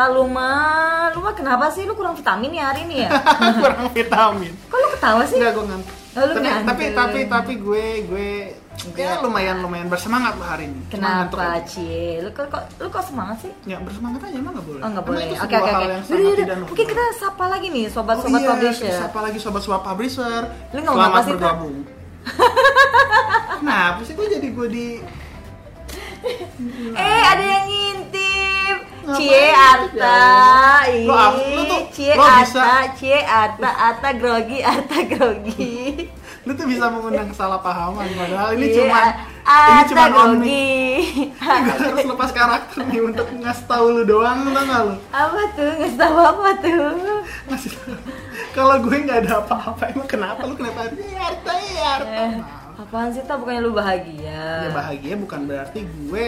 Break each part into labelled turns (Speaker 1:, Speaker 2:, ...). Speaker 1: Eh,
Speaker 2: lu mah, lu mah kenapa sih lu kurang vitamin ya hari ini ya?
Speaker 1: kurang vitamin
Speaker 2: Kok lu ketawa sih?
Speaker 1: enggak gue ngantuk
Speaker 2: Oh, lu
Speaker 1: tapi,
Speaker 2: ngantuk.
Speaker 1: tapi tapi tapi gue gue ya
Speaker 2: Enggak.
Speaker 1: lumayan lumayan bersemangat lah hari ini Cuma ngantuk
Speaker 2: Kenapa
Speaker 1: aja.
Speaker 2: Cie? Lu kok kok lu kok semangat sih?
Speaker 1: ya bersemangat aja emang nggak boleh
Speaker 2: Oh nggak
Speaker 1: Emang
Speaker 2: boleh.
Speaker 1: itu
Speaker 2: Oke
Speaker 1: sebuah
Speaker 2: oke
Speaker 1: hal
Speaker 2: oke.
Speaker 1: yang sangat
Speaker 2: Yaudah yaudah.
Speaker 1: tidak normal.
Speaker 2: Mungkin kita sapa lagi nih sobat-sobat
Speaker 1: oh, iya,
Speaker 2: publisher.
Speaker 1: siapa lagi sobat-sobat publisher
Speaker 2: ya. Lu nggak mau
Speaker 1: Selamat
Speaker 2: apa sih, Tan?
Speaker 1: bergabung kenapa sih gue jadi gue di
Speaker 2: Eh ada yang ngintip.
Speaker 1: Ngapain
Speaker 2: Cie
Speaker 1: ngintip
Speaker 2: Arta,
Speaker 1: ya? Lu apa- lu
Speaker 2: ih,
Speaker 1: tuh-
Speaker 2: Cie
Speaker 1: lu bisa-
Speaker 2: Arta, Cie Arta, Arta grogi, Arta grogi.
Speaker 1: lu tuh bisa mengundang kesalahpahaman padahal ini
Speaker 2: Cie
Speaker 1: cuma
Speaker 2: Arta
Speaker 1: ini cuma
Speaker 2: grogi.
Speaker 1: gue harus lepas karakter nih untuk ngasih tahu lu doang tau gak lu
Speaker 2: Apa tuh? Nggak tahu apa tuh?
Speaker 1: ngasih tahu kalau gue nggak ada apa-apa emang kenapa lu kenapa Yarta Yarta
Speaker 2: Eh, apaan sih? Ta bukannya lu bahagia?
Speaker 1: ya bahagia bukan berarti gue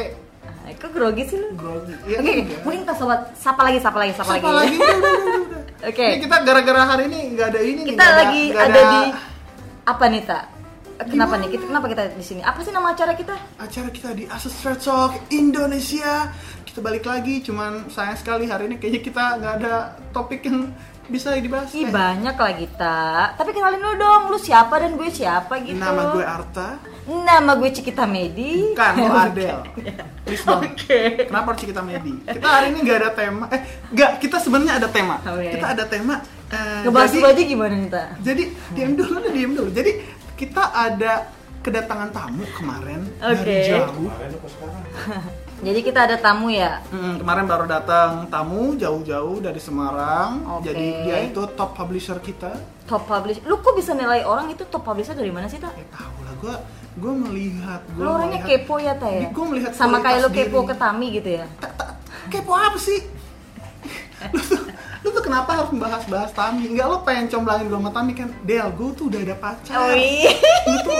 Speaker 2: Ah, Kok grogi sih lu?
Speaker 1: grogi
Speaker 2: Oke,
Speaker 1: ya,
Speaker 2: oke,
Speaker 1: enggak.
Speaker 2: mungkin kita sobat sapa lagi, sapa lagi, sapa,
Speaker 1: Siapa lagi udah, udah, udah, udah.
Speaker 2: Oke.
Speaker 1: Ini kita gara-gara hari ini nggak ada ini nih,
Speaker 2: Kita
Speaker 1: nggak ada-
Speaker 2: lagi
Speaker 1: nggak
Speaker 2: ada, di apa nih, Ta? Kenapa
Speaker 1: Gimana?
Speaker 2: nih? Kita, kenapa kita di sini? Apa sih nama acara kita?
Speaker 1: acara kita di Asus Thread Talk Indonesia kita balik lagi cuman sayang sekali hari ini kayaknya kita nggak ada topik yang bisa dibahas
Speaker 2: Ih
Speaker 1: Eh,
Speaker 2: banyak lah kita. Tapi kenalin lu dong, lu siapa dan gue siapa gitu.
Speaker 1: nama gue Arta
Speaker 2: Nama gue Cikita Medi.
Speaker 1: Bukan,
Speaker 2: Bukan.
Speaker 1: lo Kan, Adel. Please dong. Kenapa harus kita Medi? Kita hari ini nggak ada tema. Eh, nggak. Kita sebenarnya ada tema.
Speaker 2: Oke.
Speaker 1: Kita ada tema. eh,
Speaker 2: Oh, iya, Ngebahas
Speaker 1: jadi,
Speaker 2: lu aja gimana nih, Ta?
Speaker 1: jadi diam dulu, lu diam dulu. Jadi kita ada kedatangan tamu kemarin
Speaker 2: Oke.
Speaker 1: dari jauh.
Speaker 2: Jadi kita ada tamu ya.
Speaker 1: Mm, kemarin baru datang tamu jauh-jauh dari Semarang.
Speaker 2: Oke.
Speaker 1: Jadi dia itu top publisher kita.
Speaker 2: Top publish. Lu kok bisa nilai orang itu top publisher dari mana sih, Ta?
Speaker 1: Ya tahu lah, gue gue melihat.
Speaker 2: Lu
Speaker 1: Gue
Speaker 2: orangnya kepo ya, Ta ya?
Speaker 1: Gue melihat
Speaker 2: Sama kayak lu
Speaker 1: kualitas
Speaker 2: kepo
Speaker 1: diri.
Speaker 2: ke Tami gitu ya.
Speaker 1: Ta- ta- kepo apa sih? lu, tuh, lu tuh kenapa harus membahas-bahas Tami? Enggak lo pengen comblangin gue sama Tami kan? Del, gue tuh udah ada pacar.
Speaker 2: Oh, iya.
Speaker 1: Lu tuh,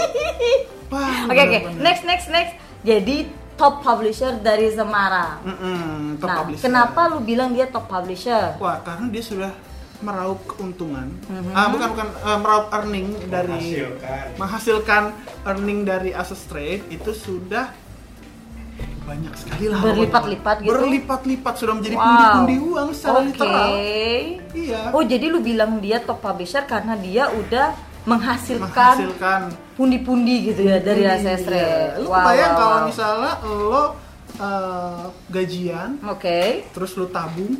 Speaker 1: wah, lu
Speaker 2: Oke oke,
Speaker 1: bener-bener.
Speaker 2: next next next. Jadi top publisher dari Semarang.
Speaker 1: Mm-mm, top
Speaker 2: nah,
Speaker 1: publisher. Oh,
Speaker 2: kenapa lu bilang dia top publisher?
Speaker 1: Wah, karena dia sudah meraup keuntungan.
Speaker 2: Mm-hmm.
Speaker 1: Ah, bukan bukan eh, meraup earning dari
Speaker 3: Menghasilkan.
Speaker 1: menghasilkan earning dari Asus Trade itu sudah banyak sekali lah
Speaker 2: Berlipat-lipat gitu?
Speaker 1: berlipat-lipat sudah menjadi
Speaker 2: Wow.
Speaker 1: pundi-pundi uang secara
Speaker 2: Oke.
Speaker 1: literal iya
Speaker 2: Oh, jadi lu bilang dia top publisher karena dia udah menghasilkan
Speaker 1: menghasilkan
Speaker 2: pundi-pundi gitu ya dari hasil
Speaker 1: Iya.
Speaker 2: stres.
Speaker 1: Lu
Speaker 2: Wow,
Speaker 1: kebayang
Speaker 2: wow,
Speaker 1: kalau
Speaker 2: wow.
Speaker 1: misalnya lo eh, gajian,
Speaker 2: Oke.
Speaker 1: terus lu tabung,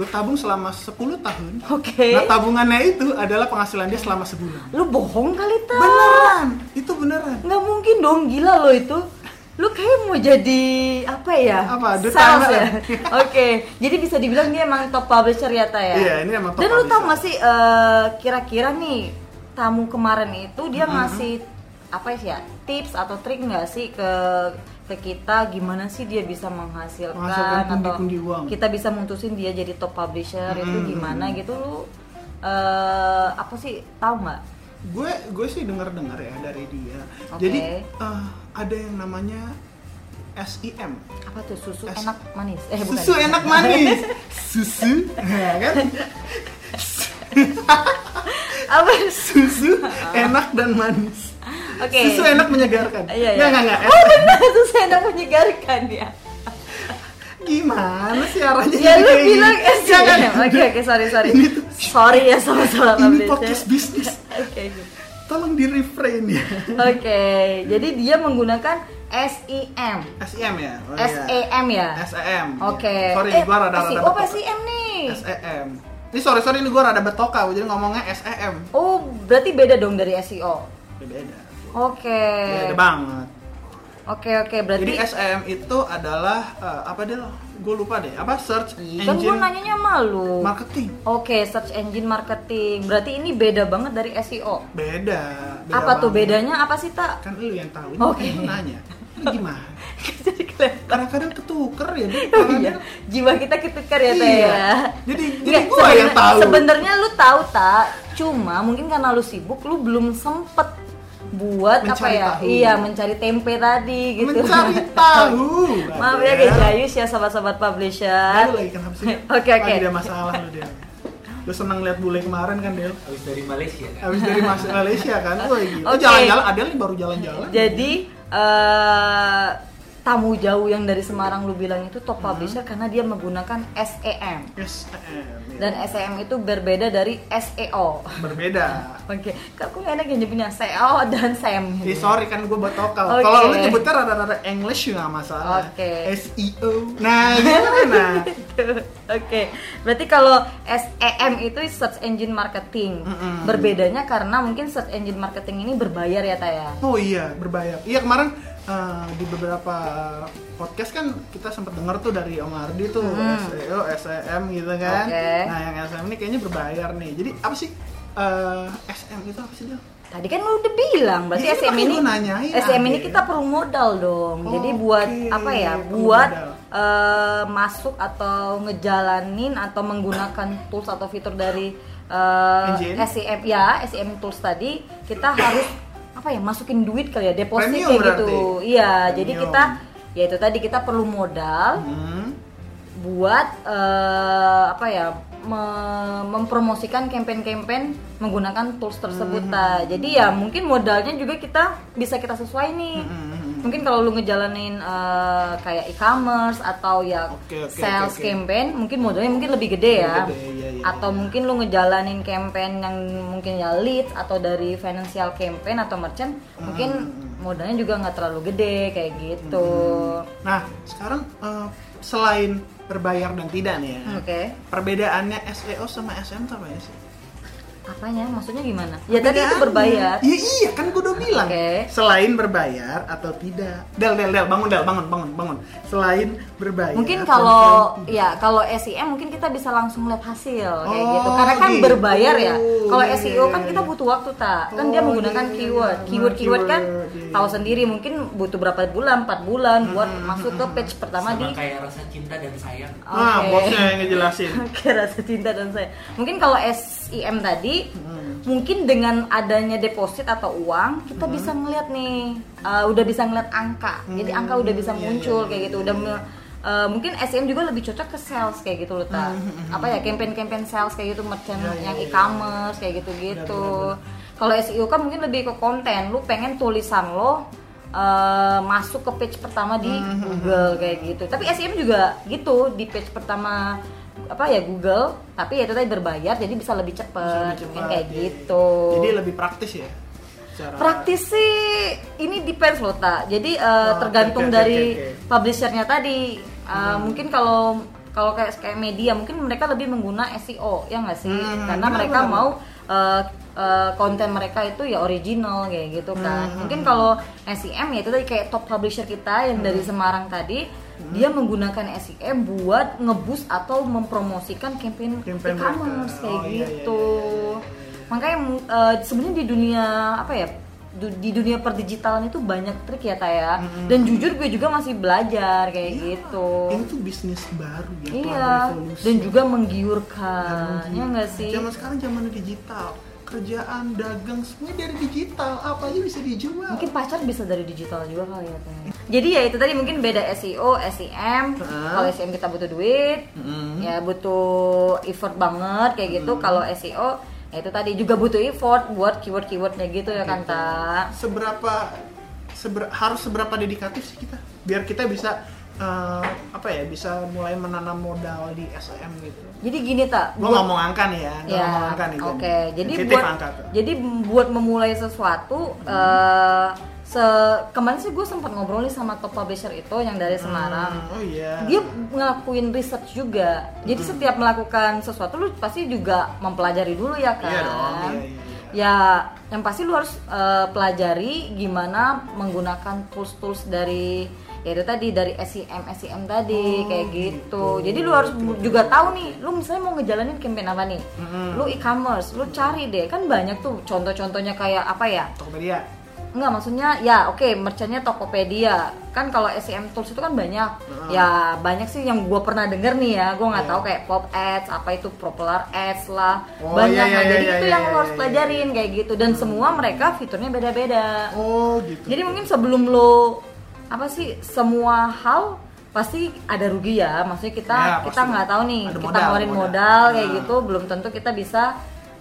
Speaker 1: lu tabung selama 10 tahun.
Speaker 2: Oke.
Speaker 1: Nah, tabungannya itu adalah penghasilan dia selama sebulan.
Speaker 2: Lu bohong kali, Ta.
Speaker 1: Beneran, itu beneran.
Speaker 2: Nggak mungkin dong, gila lo itu. Lu kayak mau jadi apa ya?
Speaker 1: Apa, duta
Speaker 2: Sales
Speaker 1: anak
Speaker 2: ya?
Speaker 1: ya?
Speaker 2: Oke, jadi bisa dibilang dia emang top publisher ya, Ta ya?
Speaker 1: Iya, ini emang top
Speaker 2: Dan lu tau
Speaker 1: publisher.
Speaker 2: gak sih, eh, kira-kira nih tamu kemarin itu dia
Speaker 1: Mm-hmm.
Speaker 2: ngasih apa sih ya? Tips atau trik nggak sih ke ke kita gimana sih dia bisa menghasilkan,
Speaker 1: Menghasilkan
Speaker 2: atau
Speaker 1: pundi-pundi uang. Mm-hmm.
Speaker 2: kita bisa mutusin dia jadi top publisher itu
Speaker 1: Mm-mm.
Speaker 2: gimana gitu lu eh, apa sih tahu nggak?
Speaker 1: Gue gue sih dengar-dengar ya dari dia.
Speaker 2: Oke.
Speaker 1: Jadi eh, ada yang namanya SIM.
Speaker 2: Apa tuh susu
Speaker 1: Es-
Speaker 2: enak manis? Eh bukan.
Speaker 1: Susu enak manis. Susu, ya kan?
Speaker 2: Apa?
Speaker 1: Susu enak dan manis.
Speaker 2: Oke.
Speaker 1: Susu enak menyegarkan.
Speaker 2: Iya, iya.
Speaker 1: Nggak, nggak, nggak.
Speaker 2: Oh benar, susu enak menyegarkan ya.
Speaker 1: Gimana sih arahnya?
Speaker 2: Ya
Speaker 1: jadi
Speaker 2: lu
Speaker 1: kayak gini?
Speaker 2: bilang es ya.
Speaker 1: Jangan.
Speaker 2: Oke oke sorry sorry.
Speaker 1: Ini tuh-
Speaker 2: Sorry ya sama sama
Speaker 1: Ini podcast bisnis.
Speaker 2: Oke oke.
Speaker 1: Tolong di refrain ya.
Speaker 2: Oke, jadi dia menggunakan SIM.
Speaker 1: SEM ya. Oh, iya.
Speaker 2: SEM ya.
Speaker 1: SEM.
Speaker 2: Oke.
Speaker 1: Iya. Sorry,
Speaker 2: Eh,
Speaker 1: gua
Speaker 2: S-
Speaker 1: rada rada.
Speaker 2: Oh,
Speaker 1: betoka.
Speaker 2: SIM nih.
Speaker 1: SEM. E Ini sorry sorry ini gua rada betoka, jadi ngomongnya E SEM.
Speaker 2: Oh, berarti beda dong dari SEO.
Speaker 1: Beda.
Speaker 2: Oke.
Speaker 1: Iya, Beda banget.
Speaker 2: Oke oke, berarti
Speaker 1: Jadi SEM itu adalah eh, apa deh lo? Gue lupa deh. Apa search
Speaker 2: Ih, kan gue
Speaker 1: engine
Speaker 2: nanyanya malu.
Speaker 1: marketing?
Speaker 2: Oke, search engine marketing. Berarti ini beda banget dari SEO.
Speaker 1: Beda. beda
Speaker 2: apa tuh
Speaker 1: banget.
Speaker 2: bedanya? Apa sih, Tak?
Speaker 1: Kan lu yang tahu.
Speaker 2: Oke.
Speaker 1: Ini lu nanya. Ini gimana?
Speaker 2: Jadi kelihatan.
Speaker 1: Kadang-kadang ketuker ya. Dia
Speaker 2: Oh
Speaker 1: kepala
Speaker 2: iya,
Speaker 1: dia-
Speaker 2: jiwa kita ketukar ya Teh
Speaker 1: Iya.
Speaker 2: ya.
Speaker 1: Jadi jadi
Speaker 2: Nggak,
Speaker 1: gua yang
Speaker 2: sebenar-
Speaker 1: tahu.
Speaker 2: Sebenarnya lu tahu tak, cuma mungkin karena lu sibuk lu belum sempet buat apa
Speaker 1: Mencari
Speaker 2: ya?
Speaker 1: tahu.
Speaker 2: Iya, mencari tempe tadi gitu.
Speaker 1: Mencari tahu.
Speaker 2: Maaf ya guys, Jayus ya sobat-sobat
Speaker 1: Nah,
Speaker 2: publisher.
Speaker 1: lu lagi kenapa sih?
Speaker 2: Oke, oke.
Speaker 1: Lagi ada masalah lu Del. Lu seneng liat bule kemarin kan Del?
Speaker 3: Habis dari Malaysia kan?
Speaker 1: Habis dari Mas Malaysia kan? Wah, gitu.
Speaker 2: Oke.
Speaker 1: Jalan-jalan, Adel nih baru jalan-jalan.
Speaker 2: Jadi eh tamu jauh yang dari Semarang lu bilang itu
Speaker 1: Hmm.
Speaker 2: top publisher karena dia menggunakan SEM
Speaker 1: SEM ya.
Speaker 2: dan SEM itu berbeda dari E SEO.
Speaker 1: berbeda
Speaker 2: Oke, kok aku nggak enak ya nyebutnya SEO dan SEM.
Speaker 1: Eh, sorry kan gue botokal.
Speaker 2: Oke.
Speaker 1: Kalau lu nyebutnya rada-rada English juga nggak masalah.
Speaker 2: Oke.
Speaker 1: SEO. Nah, gimana?
Speaker 2: Oke, berarti kalau SEM itu search engine marketing.
Speaker 1: Mm-mm.
Speaker 2: Berbedanya karena mungkin search engine marketing ini berbayar ya Taya.
Speaker 1: oh iya, berbayar. Iya kemarin eh, di beberapa podcast kan kita sempat dengar tuh dari Om Ardi tuh E SEO, SEM gitu kan.
Speaker 2: Oke.
Speaker 1: Nah, yang SEM ini kayaknya berbayar nih. Jadi apa sih eh, SM itu apa sih dia?
Speaker 2: Tadi kan lu udah bilang, berarti
Speaker 1: Iya,
Speaker 2: SEM
Speaker 1: makanya
Speaker 2: ini
Speaker 1: gua nanyain,
Speaker 2: SEM ini
Speaker 1: Ade.
Speaker 2: kita perlu modal dong. Jadi
Speaker 1: Oke,
Speaker 2: buat apa ya?
Speaker 1: perlu
Speaker 2: Buat
Speaker 1: modal.
Speaker 2: eh, masuk atau ngejalanin atau menggunakan tools atau fitur dari eh,
Speaker 1: Engine.
Speaker 2: SEM ya, SEM tools tadi kita harus apa ya? Masukin duit kali ya, deposit
Speaker 1: Premium
Speaker 2: kayak
Speaker 1: berarti.
Speaker 2: gitu. Iya, jadi
Speaker 1: Premium.
Speaker 2: kita ya itu tadi kita perlu modal
Speaker 1: Hmm.
Speaker 2: buat eh, apa ya me- mempromosikan campaign-campaign menggunakan tools tersebut
Speaker 1: Mm-hmm.
Speaker 2: Ta. jadi ya mungkin modalnya juga kita bisa kita sesuai nih
Speaker 1: Mhm.
Speaker 2: mungkin kalau lu ngejalanin eh, kayak e-commerce atau ya
Speaker 1: Oke, oke,
Speaker 2: sales
Speaker 1: oke, oke.
Speaker 2: campaign mungkin modalnya mungkin lebih gede ya
Speaker 1: Lebih gede, iya, iya,
Speaker 2: atau
Speaker 1: iya.
Speaker 2: mungkin lu ngejalanin campaign yang mungkin ya leads atau dari financial campaign atau merchant mungkin
Speaker 1: Mm-hmm.
Speaker 2: modalnya juga nggak terlalu gede kayak gitu
Speaker 1: Nah, sekarang eh, selain berbayar dan tidak nih ya.
Speaker 2: oke
Speaker 1: Perbedaannya SEO sama SM tuh apa ya sih?
Speaker 2: Apanya? Maksudnya gimana? Ya tadi itu berbayar.
Speaker 1: Iya iya kan gue udah bilang.
Speaker 2: Oke.
Speaker 1: Selain berbayar atau tidak. Del del del bangun del bangun bangun bangun. Selain berbayar.
Speaker 2: Mungkin
Speaker 1: dan
Speaker 2: kalau
Speaker 1: selain
Speaker 2: ya kalau SEM mungkin kita bisa langsung lihat hasil kayak
Speaker 1: iya. Oh,
Speaker 2: gitu. Karena kan
Speaker 1: gitu.
Speaker 2: berbayar ya. Kalau
Speaker 1: Iya,
Speaker 2: SEO
Speaker 1: iya,
Speaker 2: kan
Speaker 1: iya.
Speaker 2: kita butuh waktu tak. Kan
Speaker 1: Oh,
Speaker 2: dia menggunakan
Speaker 1: iya, iya,
Speaker 2: keyword.
Speaker 1: iya.
Speaker 2: Keyword keyword kan
Speaker 1: Keyword, iya. Hmm,
Speaker 2: tahu sendiri mungkin butuh berapa bulan, 4 bulan buat masuk ke page pertama
Speaker 3: sama
Speaker 2: di
Speaker 3: kayak rasa cinta dan sayang
Speaker 1: tidak. Nah,
Speaker 2: Oke.
Speaker 1: bosnya yang ngejelasin.
Speaker 2: Oke, rasa cinta dan saya. Mungkin kalau SIM tadi,
Speaker 1: Hmm.
Speaker 2: mungkin dengan adanya deposit atau uang, kita bisa ngeliat nih, uh, udah bisa ngeliat angka. Jadi angka udah bisa
Speaker 1: iya,
Speaker 2: muncul
Speaker 1: iya,
Speaker 2: kayak
Speaker 1: iya,
Speaker 2: gitu.
Speaker 1: iya,
Speaker 2: Udah
Speaker 1: iya.
Speaker 2: me- uh, mungkin SIM juga lebih cocok ke sales kayak gitu loh, Ta.
Speaker 1: Hmm,
Speaker 2: Apa ya, campaign-campaign sales kayak gitu, merchant
Speaker 1: Iya, iya,
Speaker 2: yang
Speaker 1: iya.
Speaker 2: e-commerce kayak gitu-gitu. Kalau SEO kan mungkin lebih ke konten, lu pengen tulisan lo uh, masuk ke page pertama di
Speaker 1: Mhm,
Speaker 2: Google kayak gitu. Tapi SEM juga gitu di page pertama apa ya Google, tapi ya itu tadi berbayar jadi bisa lebih cepet,
Speaker 1: Lebih
Speaker 2: mungkin
Speaker 1: cepat,
Speaker 2: kayak
Speaker 1: iya.
Speaker 2: gitu.
Speaker 1: Jadi lebih praktis ya. Secara...
Speaker 2: Praktis sih ini depends loh tak. Jadi eh,
Speaker 1: Oh,
Speaker 2: tergantung
Speaker 1: oke, oke,
Speaker 2: dari
Speaker 1: oke, Hmm. oke.
Speaker 2: publishernya tadi. Eh, Mungkin kalau kalau kayak kayak media mungkin mereka lebih mengguna SEO ya nggak sih?
Speaker 1: Hmm,
Speaker 2: Karena
Speaker 1: benar,
Speaker 2: mereka
Speaker 1: benar.
Speaker 2: mau eh, eh, konten mereka itu ya original kayak gitu
Speaker 1: Hmm,
Speaker 2: kan. Mungkin kalau SEM ya itu tadi kayak top publisher kita yang
Speaker 1: Hmm.
Speaker 2: dari Semarang tadi dia menggunakan SEM buat ngebus atau mempromosikan campaign,
Speaker 1: Campaign mereka.
Speaker 2: e-commerce kayak
Speaker 1: Oh, iya, iya,
Speaker 2: gitu
Speaker 1: iya, iya, iya, iya.
Speaker 2: makanya mm, eh, sebenarnya di dunia apa ya du- di dunia perdigitalan itu banyak trik ya Taya dan jujur gue juga masih belajar kayak gitu
Speaker 1: Iya. Ini tuh bisnis baru ya.
Speaker 2: iya
Speaker 1: pelan revolusi. Iya,
Speaker 2: dan juga menggiurkan ya nggak sih
Speaker 1: Zaman sekarang zaman digital. Kerjaan, dagang, semuanya dari digital. Apa aja bisa dijual.
Speaker 2: mungkin pacar bisa dari digital juga kali ya Taya jadi ya itu tadi mungkin beda E SEO SEM
Speaker 1: Heeh.
Speaker 2: kalau SEM kita butuh duit
Speaker 1: Hmm.
Speaker 2: ya butuh effort banget kayak gitu kalau SEO ya itu tadi juga butuh effort buat keyword-keywordnya gitu ya kan Ta
Speaker 1: seberapa seber- harus seberapa dedikatif sih kita biar kita bisa eh, apa ya bisa mulai menanam modal di SEM gitu.
Speaker 2: jadi gini tak buat-
Speaker 1: Gua ngomong angka nih ya, gua ngomong
Speaker 2: Ya,
Speaker 1: angka nih.
Speaker 2: oke.
Speaker 1: Jen.
Speaker 2: Jadi
Speaker 1: Sensitif
Speaker 2: buat
Speaker 1: angka tuh. Hmm.
Speaker 2: jadi buat memulai sesuatu eh, se kemarin sih gue sempat ngobrol nih sama top publisher itu yang dari Semarang.
Speaker 1: Hmm, oh iya. Hmm.
Speaker 2: Dia ngelakuin research juga. Jadi setiap melakukan sesuatu lu pasti juga mempelajari dulu ya kan.
Speaker 1: Iya dong, iya, iya,
Speaker 2: Ya, yang pasti lu harus eh, pelajari gimana menggunakan tools-tools dari ya itu tadi dari SEM SEM E tadi
Speaker 1: Oh,
Speaker 2: kayak gitu. Jadi lu harus juga tahu nih, lu misalnya mau ngejalanin campaign apa nih?
Speaker 1: Hmm.
Speaker 2: Lu e-commerce, lu cari deh. Kan banyak tuh contoh-contohnya kayak apa ya?
Speaker 1: Tokopedia.
Speaker 2: Enggak maksudnya ya oke merchantnya Tokopedia kan kalau SEM tools itu kan banyak ya banyak sih yang gue pernah denger nih ya gue nggak
Speaker 1: Iya.
Speaker 2: tahu kayak pop ads apa itu popular ads lah
Speaker 1: Oh,
Speaker 2: banyak
Speaker 1: iya, iya,
Speaker 2: nah,
Speaker 1: iya,
Speaker 2: jadi
Speaker 1: iya,
Speaker 2: itu
Speaker 1: iya,
Speaker 2: yang lo
Speaker 1: iya,
Speaker 2: harus
Speaker 1: iya.
Speaker 2: pelajarin kayak gitu dan semua mereka fiturnya beda-beda
Speaker 1: Oh gitu.
Speaker 2: jadi mungkin sebelum lo apa sih semua hal pasti ada rugi ya maksudnya kita
Speaker 1: Ya,
Speaker 2: kita
Speaker 1: pasti.
Speaker 2: nggak tahu nih
Speaker 1: Ada
Speaker 2: kita
Speaker 1: modal,
Speaker 2: ngeluarin
Speaker 1: modal.
Speaker 2: modal, kayak
Speaker 1: Nah.
Speaker 2: gitu belum tentu kita bisa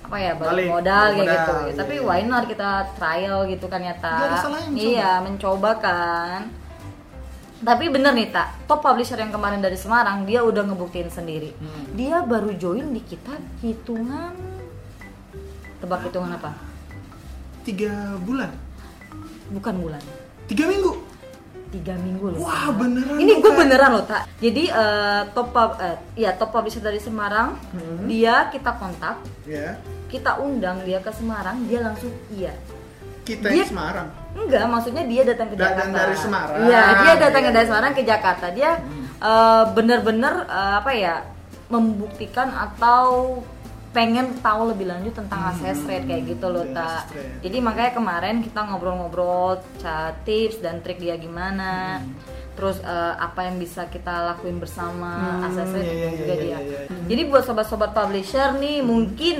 Speaker 2: apa ya balik
Speaker 1: Balik,
Speaker 2: modal
Speaker 1: balik
Speaker 2: kayak gitu
Speaker 1: modal,
Speaker 2: tapi
Speaker 1: iya.
Speaker 2: why not kita trial gitu kan ya Ta?
Speaker 1: Nggak ada salahnya mencoba.
Speaker 2: iya mencoba kan Tapi bener nih tak, top publisher yang kemarin dari Semarang dia udah ngebuktiin sendiri.
Speaker 1: Hmm.
Speaker 2: Dia baru join di kita hitungan tebak hitungan apa?
Speaker 1: tiga bulan
Speaker 2: Bukan bulan,
Speaker 1: tiga minggu
Speaker 2: tiga minggu loh.
Speaker 1: wah beneran
Speaker 2: Ini
Speaker 1: dong,
Speaker 2: gue
Speaker 1: Kak.
Speaker 2: beneran loh tak. Jadi eh, top pub- eh, ya top publisher dari Semarang
Speaker 1: Hmm.
Speaker 2: dia kita kontak,
Speaker 1: ya
Speaker 2: kita undang dia ke Semarang dia langsung iya.
Speaker 1: kita
Speaker 2: Dia-
Speaker 1: yang Semarang
Speaker 2: Enggak, maksudnya dia datang ke
Speaker 1: Datang
Speaker 2: Jakarta.
Speaker 1: dari Semarang.
Speaker 2: Iya, dia datang
Speaker 1: Iya. Hmm.
Speaker 2: dari Semarang ke Jakarta. Dia eh, bener-bener eh, apa ya membuktikan atau pengen tahu lebih lanjut tentang akses rate kayak gitu loh
Speaker 1: Hmm.
Speaker 2: tak.
Speaker 1: Iya, Akses rate.
Speaker 2: Jadi makanya kemarin kita ngobrol-ngobrol, chat tips dan trik dia gimana. Terus eh, apa yang bisa kita lakuin bersama
Speaker 1: Hmm,
Speaker 2: akses rate
Speaker 1: iya, iya,
Speaker 2: juga
Speaker 1: iya,
Speaker 2: dia.
Speaker 1: iya, iya.
Speaker 2: Jadi buat sobat-sobat publisher nih mungkin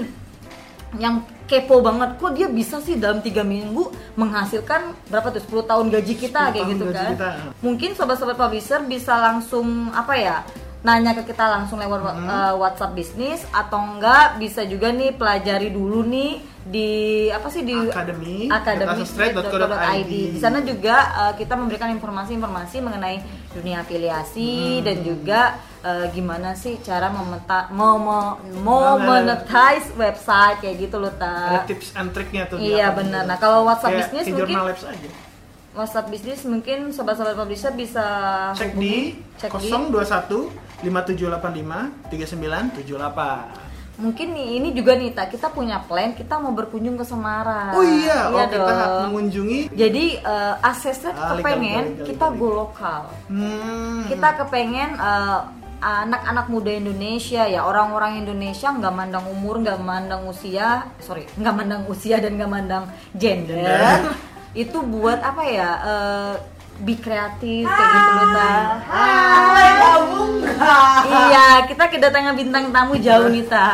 Speaker 2: yang kepo banget kok dia bisa sih dalam tiga minggu menghasilkan berapa tuh 10 tahun gaji kita
Speaker 1: 10
Speaker 2: kayak
Speaker 1: tahun
Speaker 2: gitu
Speaker 1: gaji
Speaker 2: kan
Speaker 1: kita. eh.
Speaker 2: mungkin sobat-sobat publisher bisa langsung apa ya nanya ke kita langsung lewat
Speaker 1: Hmm.
Speaker 2: wa- eh, WhatsApp bisnis atau enggak bisa juga nih pelajari dulu nih di apa sih di
Speaker 1: Akademi,
Speaker 2: akademi.co.id. Di sana juga eh, kita memberikan informasi-informasi mengenai dunia
Speaker 1: Hmm.
Speaker 2: afiliasi dan juga eh, gimana sih cara memeta mau mau mau
Speaker 1: Banget.
Speaker 2: monetize website kayak gitu loh
Speaker 1: ada
Speaker 2: ta.
Speaker 1: tips and triknya tuh di
Speaker 2: Iya
Speaker 1: apa
Speaker 2: benar.
Speaker 1: gitu.
Speaker 2: Nah kalau WhatsApp
Speaker 1: Kayak
Speaker 2: bisnis
Speaker 1: di
Speaker 2: mungkin
Speaker 1: Jurnal Labs aja
Speaker 2: WhatsApp bisnis mungkin sobat-sobat publisher bisa
Speaker 1: cek di
Speaker 2: hubungi. Cek di.
Speaker 1: 021 5785 3978
Speaker 2: Mungkin nih ini juga nih ta kita punya plan kita mau berkunjung ke Semarang.
Speaker 1: Oh iya, oh kita
Speaker 2: Ah, dong.
Speaker 1: mengunjungi
Speaker 2: Jadi eh, aksesnya
Speaker 1: Ah, legal,
Speaker 2: kepengen
Speaker 1: legal,
Speaker 2: kita
Speaker 1: legal.
Speaker 2: go lokal.
Speaker 1: Hmm.
Speaker 2: kita kepengen eh, anak-anak muda Indonesia ya orang-orang Indonesia nggak mandang umur nggak mandang usia sorry nggak mandang usia dan nggak mandang gender,
Speaker 1: Gender.
Speaker 2: itu buat apa ya eh, be kreatif kayak gitu loh Ta. iya kita kedatangan bintang tamu jauh nih ta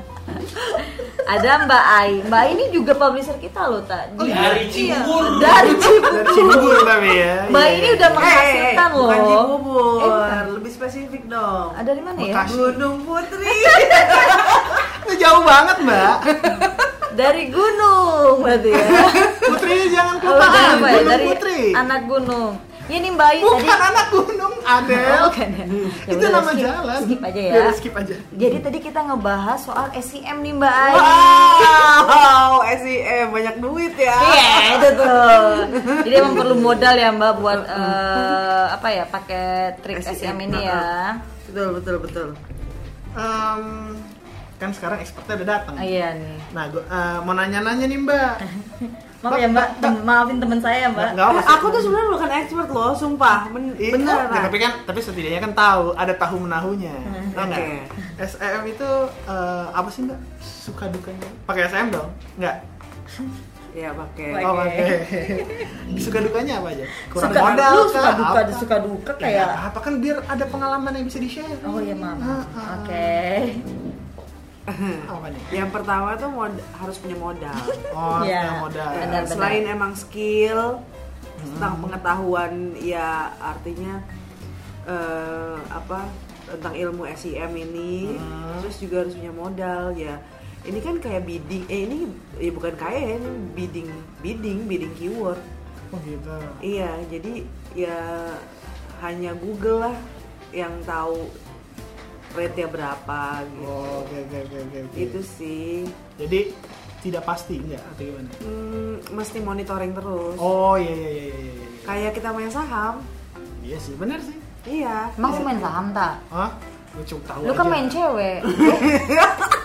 Speaker 2: ada Mbak Ai Mbak Ai ini juga publisher kita loh ta Di-
Speaker 3: Dari
Speaker 2: iya,
Speaker 3: Cibubur.
Speaker 2: dari Cibubur
Speaker 1: dari Cibubur tapi ya.
Speaker 2: Mbak
Speaker 1: Iya,
Speaker 2: ini
Speaker 1: iya.
Speaker 2: udah
Speaker 4: Eh,
Speaker 2: menghasilkan loh
Speaker 4: bukan Cibubur,
Speaker 2: Eh, bukan.
Speaker 4: lebih spesifik dong.
Speaker 2: Ah, dari mana ya?
Speaker 1: Bekasi.
Speaker 4: Gunung Putri.
Speaker 1: Ini Eh, jauh banget, Mbak.
Speaker 2: Dari gunung berarti ya.
Speaker 1: Putrinya jangan
Speaker 2: Oh, dari
Speaker 1: kelupaan.
Speaker 2: apa ya?
Speaker 1: gunung
Speaker 2: dari
Speaker 1: Putri.
Speaker 2: anak gunung. Ini Mbak Ayu
Speaker 1: Bukan
Speaker 2: tadi.
Speaker 1: anak gunung, Adel.
Speaker 2: Oh, bukan ya. Ya
Speaker 1: Itu
Speaker 2: udah,
Speaker 1: nama
Speaker 2: skip-
Speaker 1: jalan.
Speaker 2: Skip aja ya.
Speaker 1: Ya udah, skip aja.
Speaker 2: Jadi tadi kita ngebahas soal SEM nih Mbak Ayu.
Speaker 4: Wow, SEM banyak duit ya.
Speaker 2: Iya itu tuh. Jadi emang perlu modal ya Mbak buat eh, apa ya pakai trik
Speaker 1: E
Speaker 2: SEM,
Speaker 4: SEM,
Speaker 2: ini ya.
Speaker 4: Betul, betul, betul.
Speaker 1: Em, kan sekarang expertnya udah datang.
Speaker 2: Oh, iya nih.
Speaker 1: Nah, gua, eh, mau nanya-nanya nih, Mbak.
Speaker 2: Maaf ya Mbak, Tem- maafin teman saya ya Mbak.
Speaker 1: Nggak apa
Speaker 4: Eh, Aku tuh sebenarnya bukan expert loh, sumpah. Ben
Speaker 1: Iya,
Speaker 4: beneran.
Speaker 1: ya, tapi kan tapi setidaknya kan tahu ada tahu menahunya.
Speaker 2: Hmm,
Speaker 1: Tahu nggak?
Speaker 4: Oke.
Speaker 1: SEM itu eh, apa sih Mbak? Suka dukanya? Pakai SEM dong? Enggak.
Speaker 4: Iya, pakai.
Speaker 2: Pakai.
Speaker 1: Oh, pakai. suka dukanya apa aja? Kurang
Speaker 2: Suka-
Speaker 1: modal
Speaker 2: lu
Speaker 1: kah?
Speaker 2: suka duka,
Speaker 1: Apa?
Speaker 2: suka duka
Speaker 1: Ya,
Speaker 2: kayak
Speaker 1: nggak apa kan biar ada pengalaman yang bisa di-share.
Speaker 2: Oh iya maaf.
Speaker 1: Ah,
Speaker 2: Oke.
Speaker 1: ah. Hmm, Apa nih?
Speaker 4: Yang pertama tuh mod- harus punya modal.
Speaker 1: Oh,
Speaker 2: Iya.
Speaker 1: punya modal.
Speaker 2: Benar, benar.
Speaker 4: Selain emang skill, tentang pengetahuan ya artinya eh, apa tentang ilmu SEM ini,
Speaker 1: Hmm.
Speaker 4: terus juga harus punya modal ya. Ini kan kayak bidding, eh ini ya bukan kayak ya, ini bidding, bidding, bidding keyword.
Speaker 1: Oh gitu.
Speaker 4: Iya, jadi ya hanya Google lah yang tahu rate-nya berapa gitu.
Speaker 1: Oh, iya. oke oke oke oke. oke.
Speaker 4: Itu sih
Speaker 1: Jadi tidak pasti enggak atau gimana?
Speaker 4: hmm, mesti monitoring terus.
Speaker 1: Oh iya iya iya iya. iya.
Speaker 4: Kayak kita main saham,
Speaker 1: Iya sih, benar sih.
Speaker 4: iya.
Speaker 2: Emang lu main saham tak?
Speaker 1: Hah? Gue cuma tahu
Speaker 2: Lu kan
Speaker 1: aja.
Speaker 2: main cewek.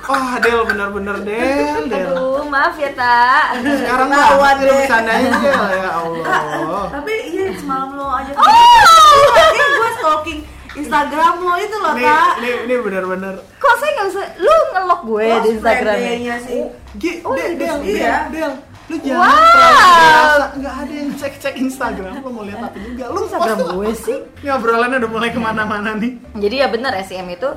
Speaker 1: Wah, Del bener-bener Del, Del.
Speaker 2: Aduh, maaf ya, Tak.
Speaker 1: Sekarang
Speaker 4: Ketahuan
Speaker 1: banget lu
Speaker 4: deh.
Speaker 1: bercandanya Del ya Allah.
Speaker 4: Tapi iya semalam lo aja.
Speaker 2: Oh!
Speaker 4: Iya gue stalking Instagram lo itu loh
Speaker 1: Ini
Speaker 4: kak.
Speaker 1: ini ini bener-bener
Speaker 2: Kok saya nggak bisa? Lu ngelok gue
Speaker 4: Lo
Speaker 2: di Instagram. ya?
Speaker 4: friendly-nya sih.
Speaker 1: G,
Speaker 4: Oh,
Speaker 1: Del,
Speaker 4: iya,
Speaker 1: Del,
Speaker 4: iya.
Speaker 1: Del, Del. Lu jangan
Speaker 2: Wow.
Speaker 1: terlalu dewasa, nggak ada yang cek-cek Instagram Lu mau lihat apa juga Lu
Speaker 2: Instagram
Speaker 1: post
Speaker 2: gue
Speaker 1: apa?
Speaker 2: sih.
Speaker 1: Ini obrolannya udah mulai kemana-mana nih
Speaker 2: Jadi ya benar SEM itu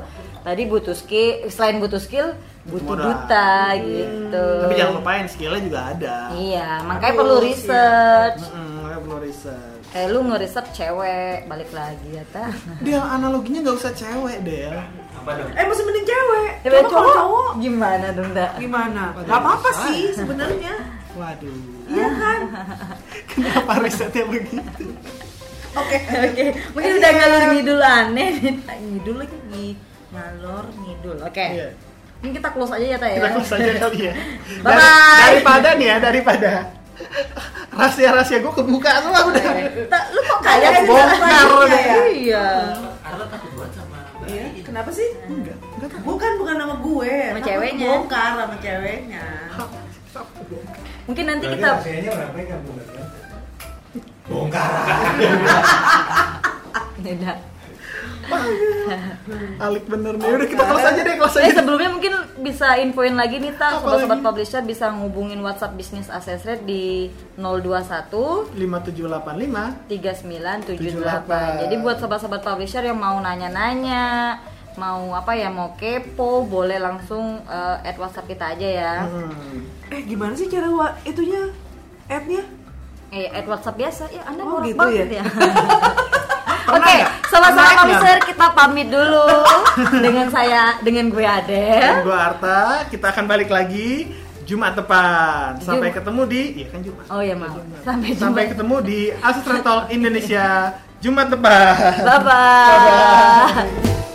Speaker 2: tadi butuh skill, selain butuh skill, butuh
Speaker 1: Modal.
Speaker 2: duta gitu.
Speaker 1: Tapi jangan lupain, skillnya juga ada
Speaker 2: Iya, makanya perlu
Speaker 4: Harus, iya.
Speaker 2: research.
Speaker 1: Mm-mm, makanya perlu riset
Speaker 2: Kayak lu nge-research cewek, balik lagi ya, Ta.
Speaker 1: Del, analoginya nggak usah cewek, Del
Speaker 3: Apa dong?
Speaker 4: Eh masih mending cewek.
Speaker 2: Ya,
Speaker 4: Coba kalau
Speaker 2: cowok
Speaker 4: cowok
Speaker 2: gimana dong, Ta?
Speaker 4: gimana?
Speaker 1: Waduh,
Speaker 4: Gak apa-apa
Speaker 1: bisa.
Speaker 4: sih sebenarnya.
Speaker 2: Iya.
Speaker 4: Ah.
Speaker 1: Waduh,
Speaker 4: Iya kan?
Speaker 1: kenapa risetnya begitu? Oke.
Speaker 2: Oke, mungkin udah ngalur ngidul aneh nih. Ngidul lagi di ngalor ngidul. Oke.
Speaker 1: Iya.
Speaker 2: Ini kita close aja ya, Teh ya.
Speaker 1: Kita close aja kali ya.
Speaker 2: Bye-bye.
Speaker 1: Dari- Daripada nih ya, daripada rahasia-rahasia gue kebuka semua udah.
Speaker 2: Ta, Iya. lu kok kaya sih
Speaker 1: Bongkar
Speaker 2: sama
Speaker 1: deh.
Speaker 2: ya? Iya.
Speaker 3: Karena takut banget sama
Speaker 4: Iya, kenapa sih?
Speaker 1: Enggak, enggak tahu.
Speaker 4: Bukan bukan nama gue,
Speaker 2: Sama
Speaker 4: nama
Speaker 2: ceweknya.
Speaker 4: Bongkar sama ceweknya.
Speaker 2: Mungkin nanti
Speaker 3: Berarti
Speaker 2: kita
Speaker 3: rahasianya orang apa yang bongkar? Bongkar.
Speaker 2: beda.
Speaker 1: Alik bener nih. Udah kita kelas aja deh, kelas
Speaker 2: Eh
Speaker 1: aja.
Speaker 2: sebelumnya mungkin bisa infoin lagi nih Ta,
Speaker 1: Apa
Speaker 2: sobat-sobat
Speaker 1: lagi?
Speaker 2: publisher bisa ngubungin WhatsApp bisnis Access Rate di 021
Speaker 1: 5785
Speaker 2: 3978. Jadi buat sobat-sobat publisher yang mau nanya-nanya, mau apa ya, mau kepo, boleh langsung eh, add WhatsApp kita aja ya.
Speaker 1: Hmm.
Speaker 4: Eh, gimana sih cara wa itunya? Add-nya?
Speaker 2: Eh, add WhatsApp biasa ya, Anda
Speaker 4: Oh,
Speaker 2: boros
Speaker 4: gitu
Speaker 2: banget ya.
Speaker 4: ya?
Speaker 1: Pernah
Speaker 2: Oke,
Speaker 1: nggak?
Speaker 2: sobat-sobat
Speaker 1: Pernah nggak?
Speaker 2: publisher kita pamit dulu dengan saya, dengan gue
Speaker 1: Dan
Speaker 2: Ade.
Speaker 1: gue Arta, kita akan balik lagi Jumat depan. Sampai
Speaker 2: Jumat.
Speaker 1: ketemu di, iya kan Jumat.
Speaker 2: Oh ya maaf. Sampai jumpa.
Speaker 1: Sampai ketemu di Asisten Talk Indonesia Jumat depan.
Speaker 2: Bye bye.